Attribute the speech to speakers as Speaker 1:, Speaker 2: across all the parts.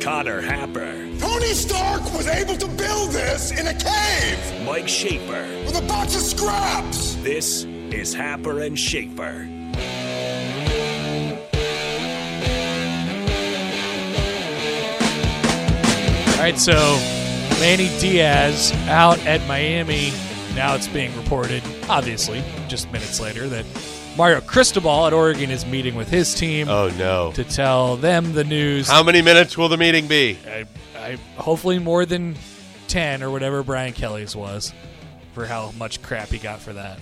Speaker 1: Connor Happer,
Speaker 2: Tony Stark was able to build this in a cave
Speaker 1: Mike Shaper.
Speaker 2: with a box of scraps.
Speaker 1: This is Happer and Shaper.
Speaker 3: All right, so Manny Diaz out at Miami. Now it's being reported, obviously, just minutes later, that Mario Cristobal at Oregon is meeting with his team
Speaker 4: Oh no!
Speaker 3: to tell them the news.
Speaker 4: How many minutes will the meeting be?
Speaker 3: I, I, hopefully more than 10 or whatever Brian Kelly's was for how much crap he got for that.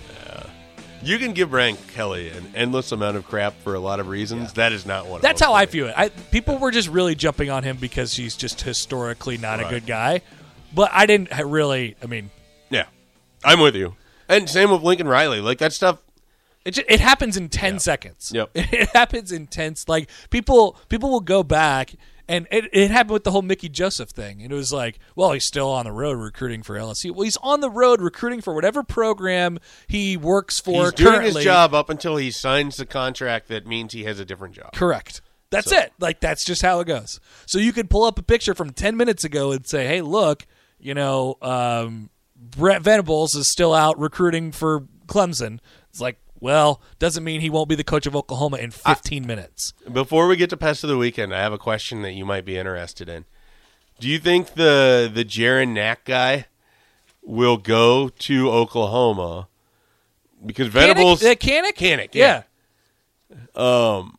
Speaker 4: You can give Brian Kelly an endless amount of crap for a lot of reasons. That is not one.
Speaker 3: That's
Speaker 4: of
Speaker 3: how I
Speaker 4: feel.
Speaker 3: view it. I, people were just really jumping on him because he's just historically not a
Speaker 4: Right.
Speaker 3: good guy. But I didn't I really, I mean,
Speaker 4: Yeah, I'm with you. And same with Lincoln Riley. Like that stuff.
Speaker 3: It, ju- it happens in 10 seconds.
Speaker 4: Yep.
Speaker 3: It happens in 10 s- like people people will go back and it, it happened with the whole Mickey Joseph thing. And it was like, well, he's still on the road recruiting for LSU. Well, he's on the road recruiting for whatever program he works for
Speaker 4: He's doing
Speaker 3: currently.
Speaker 4: his job up until he signs the contract that means he has a different job.
Speaker 3: Correct. That's it. Like that's just how it goes. So you could pull up a picture from ten minutes ago and say, "Hey, look, you know, um, Brett Venables is still out recruiting for Clemson." It's like, well, doesn't mean he won't be the coach of Oklahoma in fifteen minutes.
Speaker 4: Before we get to pest of the weekend, I have a question that you might be interested in. Do you think the the Jaron Knack guy will go to Oklahoma? Because Venables,
Speaker 3: Canick, Canick?
Speaker 4: Canick,
Speaker 3: Uh, yeah.
Speaker 4: yeah. do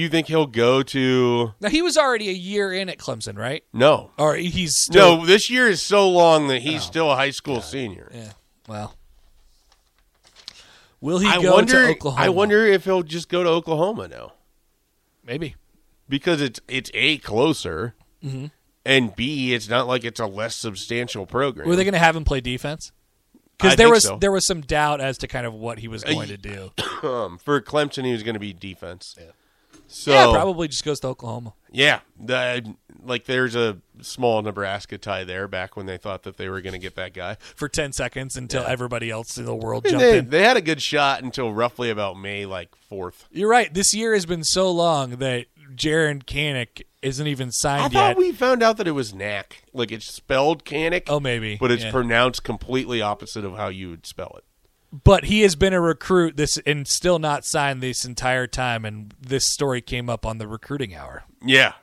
Speaker 4: you think he'll go to?
Speaker 3: Now he was already a year in at Clemson, right?
Speaker 4: No,
Speaker 3: Or he's still
Speaker 4: no. This year is so long that he's still a high school senior.
Speaker 3: Yeah. Well, will he
Speaker 4: I
Speaker 3: go
Speaker 4: wonder.
Speaker 3: to Oklahoma?
Speaker 4: I wonder if he'll just go to Oklahoma now
Speaker 3: Maybe.
Speaker 4: because it's it's a closer,
Speaker 3: Mm-hmm.
Speaker 4: and b it's not like it's a less substantial program.
Speaker 3: Were they going to have him play defense?
Speaker 4: I
Speaker 3: Because there
Speaker 4: think
Speaker 3: was
Speaker 4: so.
Speaker 3: there was some doubt as to kind of what he was
Speaker 4: Uh,
Speaker 3: going to
Speaker 4: y-
Speaker 3: do.
Speaker 4: um, for Clemson, he was going to be defense. Yeah. So
Speaker 3: yeah, probably just goes to Oklahoma.
Speaker 4: yeah, the- like there's a small Nebraska tie there. Back when they thought that they were going to get that guy,
Speaker 3: for 10 seconds until everybody else in the world
Speaker 4: And
Speaker 3: jumped
Speaker 4: they,
Speaker 3: in.
Speaker 4: they had a good shot until roughly about May like fourth.
Speaker 3: You're right. This year has been so long that Jaron Canick isn't even
Speaker 4: I
Speaker 3: signed
Speaker 4: thought
Speaker 3: yet.
Speaker 4: we found out that it was Knack. Like it's spelled Canic.
Speaker 3: Oh, maybe.
Speaker 4: But it's
Speaker 3: Yeah.
Speaker 4: pronounced completely opposite of how you would spell it.
Speaker 3: but he has been a recruit this and still not signed this entire time. And this story came up on the Recruiting Hour,
Speaker 4: Yeah.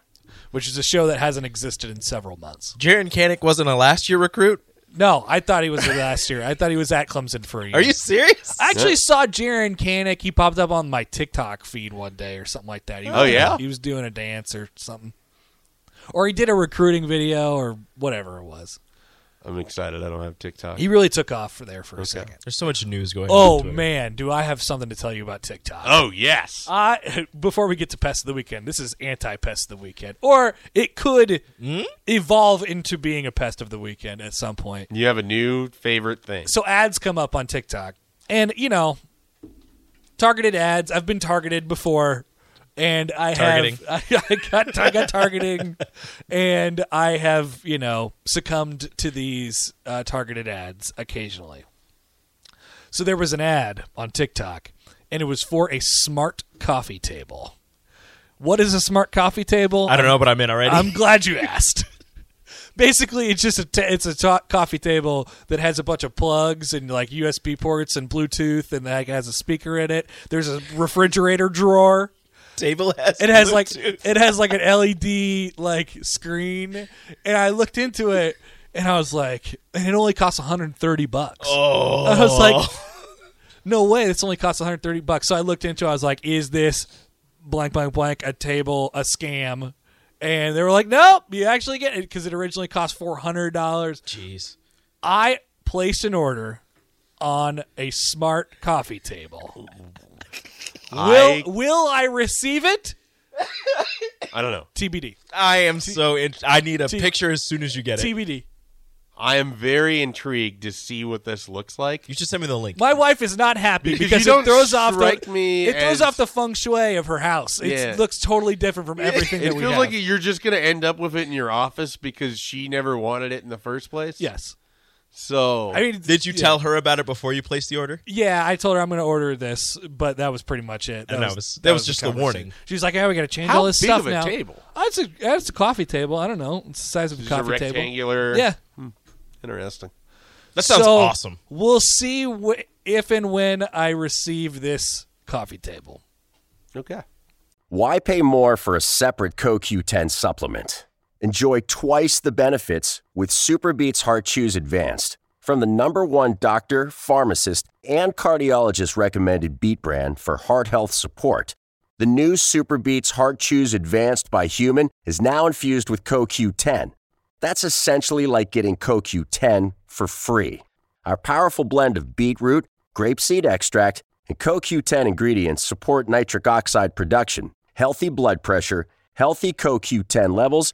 Speaker 3: which is a show that hasn't existed in several months.
Speaker 5: Jaron Canick wasn't a last year recruit.
Speaker 3: No, I thought he was there last year. I thought he was at Clemson for a year.
Speaker 5: Are you serious?
Speaker 3: I actually saw Jaron Canick. He popped up on my TikTok feed one day or something like that. He was
Speaker 4: Oh,
Speaker 3: doing-
Speaker 4: yeah?
Speaker 3: he was doing a dance or something, or he did a recruiting video or whatever it was.
Speaker 4: I'm excited. I don't have TikTok.
Speaker 3: He really took off for there for a second.
Speaker 5: There's so much news going on.
Speaker 3: Oh
Speaker 5: Twitter.
Speaker 3: man, do I have something to tell you about TikTok?
Speaker 4: oh yes.
Speaker 3: I before we get to pest of the weekend, this is anti-pest of the weekend, or it could
Speaker 4: Hmm?
Speaker 3: evolve into being a pest of the weekend at some point.
Speaker 4: You have a new favorite thing.
Speaker 3: so ads come up on TikTok, and you know, targeted ads. I've been targeted before, and I
Speaker 5: Targeting.
Speaker 3: have I, I got I got targeting, and I have you know succumbed to these uh, targeted ads occasionally. So there was an ad on TikTok, and it was for a smart coffee table. What is a smart coffee table?
Speaker 5: I don't know, but I'm in already.
Speaker 3: I'm glad you asked. Basically, it's just a ta it's a ta- coffee table that has a bunch of plugs and like USB ports and Bluetooth, and like has a speaker in it. There's a refrigerator drawer.
Speaker 5: table has
Speaker 3: It has like
Speaker 5: Bluetooth.
Speaker 3: it has like an LED like screen, and I looked into it and I was like, and it only costs 130 bucks. Oh, I was like, no way, this only costs 130 bucks. So I looked into, it, I was like, is this blank blank blank a table a scam? And they were like, nope, you actually get it because it originally cost 400 dollars.
Speaker 5: Jeez.
Speaker 3: I placed an order on a smart coffee table. Will
Speaker 4: I-
Speaker 3: will I receive it?
Speaker 4: I don't know.
Speaker 3: TBD.
Speaker 5: I am so. In- I need a
Speaker 3: T-
Speaker 5: picture as soon as you get it.
Speaker 3: TBD.
Speaker 4: I am very intrigued to see what this looks like.
Speaker 5: you should send me the link.
Speaker 3: My wife is not happy
Speaker 4: Because
Speaker 3: because,
Speaker 4: you don't
Speaker 3: it throws off
Speaker 4: strike
Speaker 3: the
Speaker 4: me
Speaker 3: it throws
Speaker 4: as-
Speaker 3: off the feng shui of her house. It
Speaker 4: Yeah.
Speaker 3: looks totally different from everything
Speaker 4: It
Speaker 3: that
Speaker 4: feels
Speaker 3: we have.
Speaker 4: like you're just going to end up with it in your office because she never wanted it in the first place.
Speaker 3: yes.
Speaker 4: So
Speaker 3: I mean,
Speaker 5: Did you
Speaker 3: yeah.
Speaker 5: tell her about it before you placed the order?
Speaker 3: Yeah, I told her I'm going to order this, but that was pretty much it.
Speaker 5: And that was- that was just the
Speaker 3: conversation.
Speaker 5: warning.
Speaker 3: She was like, "Oh, we got to change
Speaker 4: How
Speaker 3: all this
Speaker 4: big
Speaker 3: stuff
Speaker 4: of a
Speaker 3: now."
Speaker 4: table?
Speaker 3: Oh, it's a it's a coffee table. I don't know. It's the size of a
Speaker 4: it's a
Speaker 3: coffee table.
Speaker 4: rectangular.
Speaker 3: Yeah,
Speaker 4: Interesting.
Speaker 5: That sounds
Speaker 3: So,
Speaker 5: awesome.
Speaker 3: We'll see wh- if and when I receive this coffee table.
Speaker 4: Okay.
Speaker 6: Why pay more for a separate CoQ10 supplement? Enjoy twice the benefits with Superbeats Heart Chews Advanced from the number one doctor, pharmacist, and cardiologist recommended beat brand for heart health support. The new Superbeats Heart Chews Advanced by Human is now infused with CoQ10. That's essentially like getting CoQ10 for free. Our powerful blend of beetroot, grapeseed extract, and CoQ10 ingredients support nitric oxide production, healthy blood pressure, healthy CoQ10 levels,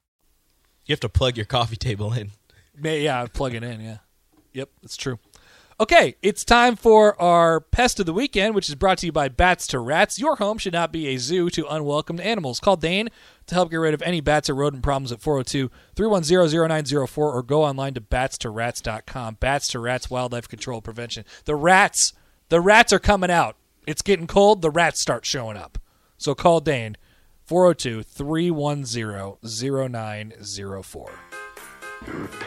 Speaker 5: You have to plug your coffee table in.
Speaker 3: May, yeah, I'd plug it in. Yeah. Yep, that's true. Okay, it's time for our pest of the weekend, which is brought to you by Bats to Rats. Your home should not be a zoo to unwelcomed animals. Call Dane to help get rid of any bats or rodent problems at 402 310 0904 or go online to batstorats.com. Bats to Rats Wildlife Control Prevention. The rats, the rats are coming out. It's getting cold, the rats start showing up. So call Dane 402 310 0904.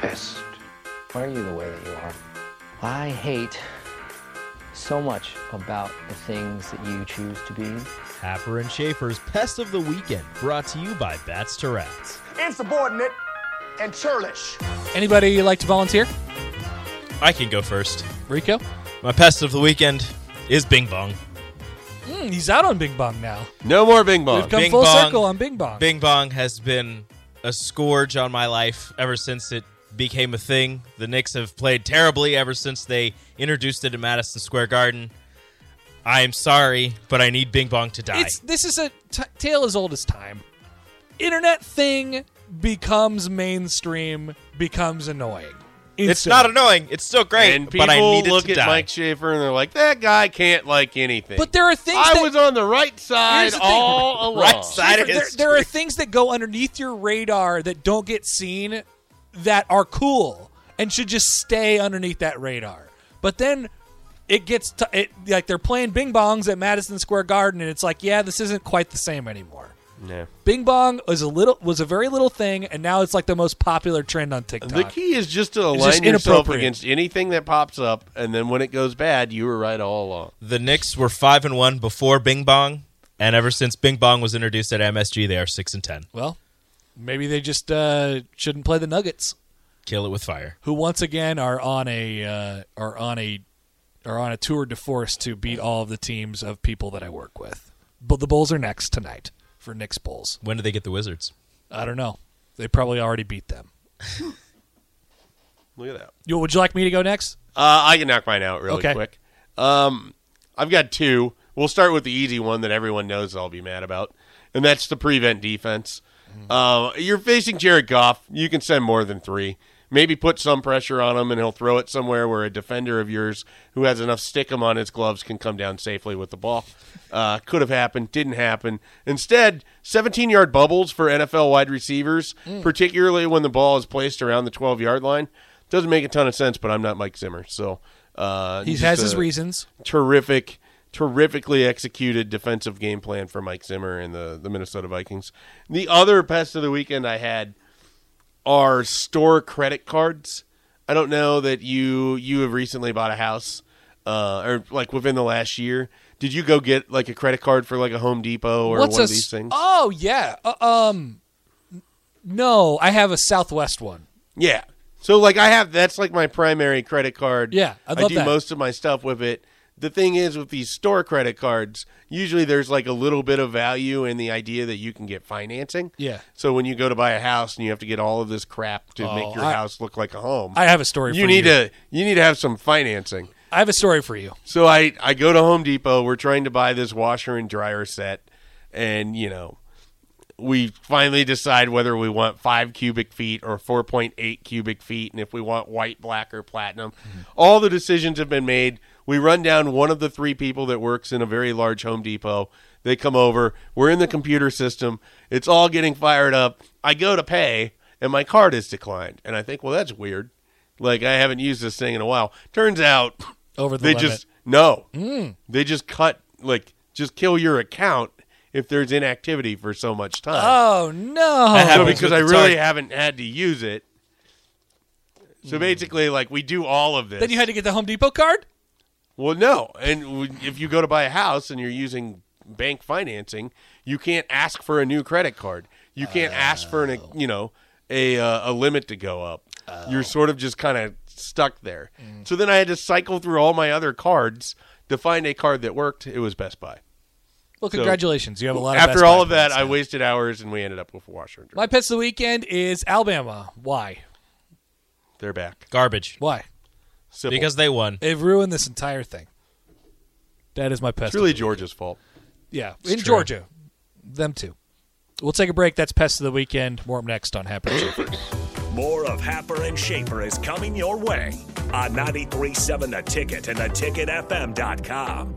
Speaker 7: pissed. Why are you the way that you are? I hate so much about the things that you choose to be.
Speaker 5: Happer and Schaefer's Pest of the Weekend, brought to you by Bats to Rats.
Speaker 2: Insubordinate and churlish.
Speaker 3: Anybody you'd like to volunteer?
Speaker 5: I can go first.
Speaker 3: Rico?
Speaker 5: My Pest of the Weekend is Bing Bong.
Speaker 3: Mm, he's out on Bing Bong now.
Speaker 4: No more Bing Bong.
Speaker 3: We've come
Speaker 5: Bing
Speaker 3: full
Speaker 5: Bong.
Speaker 3: circle on Bing Bong.
Speaker 5: Bing Bong has been a scourge on my life ever since it became a thing. The Knicks have played terribly ever since they introduced it in Madison Square Garden. I am sorry, but I need Bing Bong to die.
Speaker 3: It's this is a t- tale as old as time. Internet thing becomes mainstream, becomes annoying.
Speaker 5: It's not annoying. It's still great,
Speaker 4: and people
Speaker 5: but I need it
Speaker 4: look
Speaker 5: to
Speaker 4: at
Speaker 5: die.
Speaker 4: Mike
Speaker 3: Oh.
Speaker 4: Schaefer and they're like, that guy can't like anything.
Speaker 3: But there are things
Speaker 4: I
Speaker 3: that
Speaker 4: was on the right side
Speaker 3: Here's the thing.
Speaker 4: all along.
Speaker 5: Right side of
Speaker 3: there,
Speaker 5: history.
Speaker 3: there are things that go underneath your radar that don't get seen that are cool and should just stay underneath that radar. But then it gets t- it like they're playing Bing Bongs at Madison Square Garden, and it's like, yeah, this isn't quite the same anymore.
Speaker 4: Yeah.
Speaker 3: Bing Bong was a little was a very little thing, and now it's like the most popular trend on TikTok.
Speaker 4: The key is just to
Speaker 3: just
Speaker 4: align yourself
Speaker 3: inappropriate.
Speaker 4: against anything that pops up, and then when it goes bad, you were right all along.
Speaker 5: the Knicks were five and one before Bing Bong, and ever since Bing Bong was introduced at MSG, they are six and ten.
Speaker 3: Well, maybe they just uh, shouldn't play the Nuggets,
Speaker 5: Kill it with fire.
Speaker 3: who once again are on a uh, are on a are on a tour de force to beat all of the teams of people that I work with. But the Bulls are next tonight for Knicks Bulls.
Speaker 5: When do they get the Wizards?
Speaker 3: I don't know. They probably already beat them.
Speaker 4: Look at that.
Speaker 3: Yo, would you like me to go next?
Speaker 4: Uh, I can knock mine out really
Speaker 3: Okay.
Speaker 4: quick. Um, I've got two. We'll start with the easy one that everyone knows I'll be mad about, and that's the prevent defense. Uh, you're facing Jared Goff. You can send more than three. Maybe put some pressure on him, and he'll throw it somewhere where a defender of yours who has enough stickum on his gloves can come down safely with the ball. Uh, could have happened, didn't happen. Instead, 17 yard bubbles for NFL wide receivers, particularly when the ball is placed around the 12 yard line. Doesn't make a ton of sense, but I'm not Mike Zimmer, so uh,
Speaker 3: He
Speaker 4: just
Speaker 3: has his
Speaker 4: a
Speaker 3: reasons.
Speaker 4: Terrific, terrifically executed defensive game plan for Mike Zimmer and the the Minnesota Vikings. The other pest of the weekend I had are store credit cards. I don't know that you you have recently bought a house uh, or like within the last year. Did you go get like a credit card for like a Home Depot or
Speaker 3: What's
Speaker 4: one
Speaker 3: a
Speaker 4: of these
Speaker 3: s-
Speaker 4: things?
Speaker 3: Oh yeah. Uh, um, no, I have a Southwest one.
Speaker 4: Yeah. So like I have that's like my primary credit card.
Speaker 3: Yeah, I'd
Speaker 4: I
Speaker 3: love
Speaker 4: do
Speaker 3: that.
Speaker 4: most of my stuff with it. The thing is with these store credit cards, usually there's like a little bit of value in the idea that you can get financing.
Speaker 3: Yeah.
Speaker 4: So when you go to buy a house and you have to get all of this crap to
Speaker 3: Oh,
Speaker 4: make your
Speaker 3: I-
Speaker 4: house look like a home,
Speaker 3: I have a story.
Speaker 4: you
Speaker 3: for
Speaker 4: need
Speaker 3: you.
Speaker 4: to you need to have some financing.
Speaker 3: I have a story for you.
Speaker 4: So I I go to Home Depot. We're trying to buy this washer and dryer set, and you know, we finally decide whether we want five cubic feet or four point eight cubic feet, and if we want white, black, or platinum. All the decisions have been made. We run down one of the three people that works in a very large Home Depot. They come over. We're in the computer system. It's all getting fired up. I go to pay, and my card is declined. And I think, well, that's weird. Like I haven't used this thing in a while. Turns out
Speaker 3: Over the
Speaker 4: they
Speaker 3: limit.
Speaker 4: just no. They just cut like just kill your account if there's inactivity for so much time.
Speaker 3: Oh no.
Speaker 5: That
Speaker 4: so
Speaker 5: happens
Speaker 4: because
Speaker 5: with
Speaker 4: I
Speaker 5: the
Speaker 4: really
Speaker 5: target.
Speaker 4: haven't had to use it. So basically, like we do all of this.
Speaker 3: Then you had to get the Home Depot card.
Speaker 4: well, no, and w- if you go to buy a house and you're using bank financing, you can't ask for a new credit card. You can't ask for an you know a uh, a limit to go up. You're sort of just kind of stuck there. So then I had to cycle through all my other cards to find a card that worked. It was Best Buy.
Speaker 3: Well, congratulations. You have a lot. Of Best
Speaker 4: After all
Speaker 3: Buy
Speaker 4: of that,
Speaker 3: friends
Speaker 4: I
Speaker 3: now.
Speaker 4: wasted hours, and we ended up with washer and dryer.
Speaker 3: My pets of the weekend is Alabama. Why?
Speaker 4: They're back.
Speaker 5: Garbage.
Speaker 3: Why?
Speaker 4: Simple.
Speaker 5: Because they won.
Speaker 3: It ruined this entire thing. That is my pest.
Speaker 4: it's really Georgia's fault.
Speaker 3: yeah, in
Speaker 5: true.
Speaker 3: Georgia, them too. We'll take a break. That's pest of the weekend. More up next on Happy. Chief.
Speaker 1: More of Happer and Schaefer is coming your way on 937 The Ticket and theticketfm.com.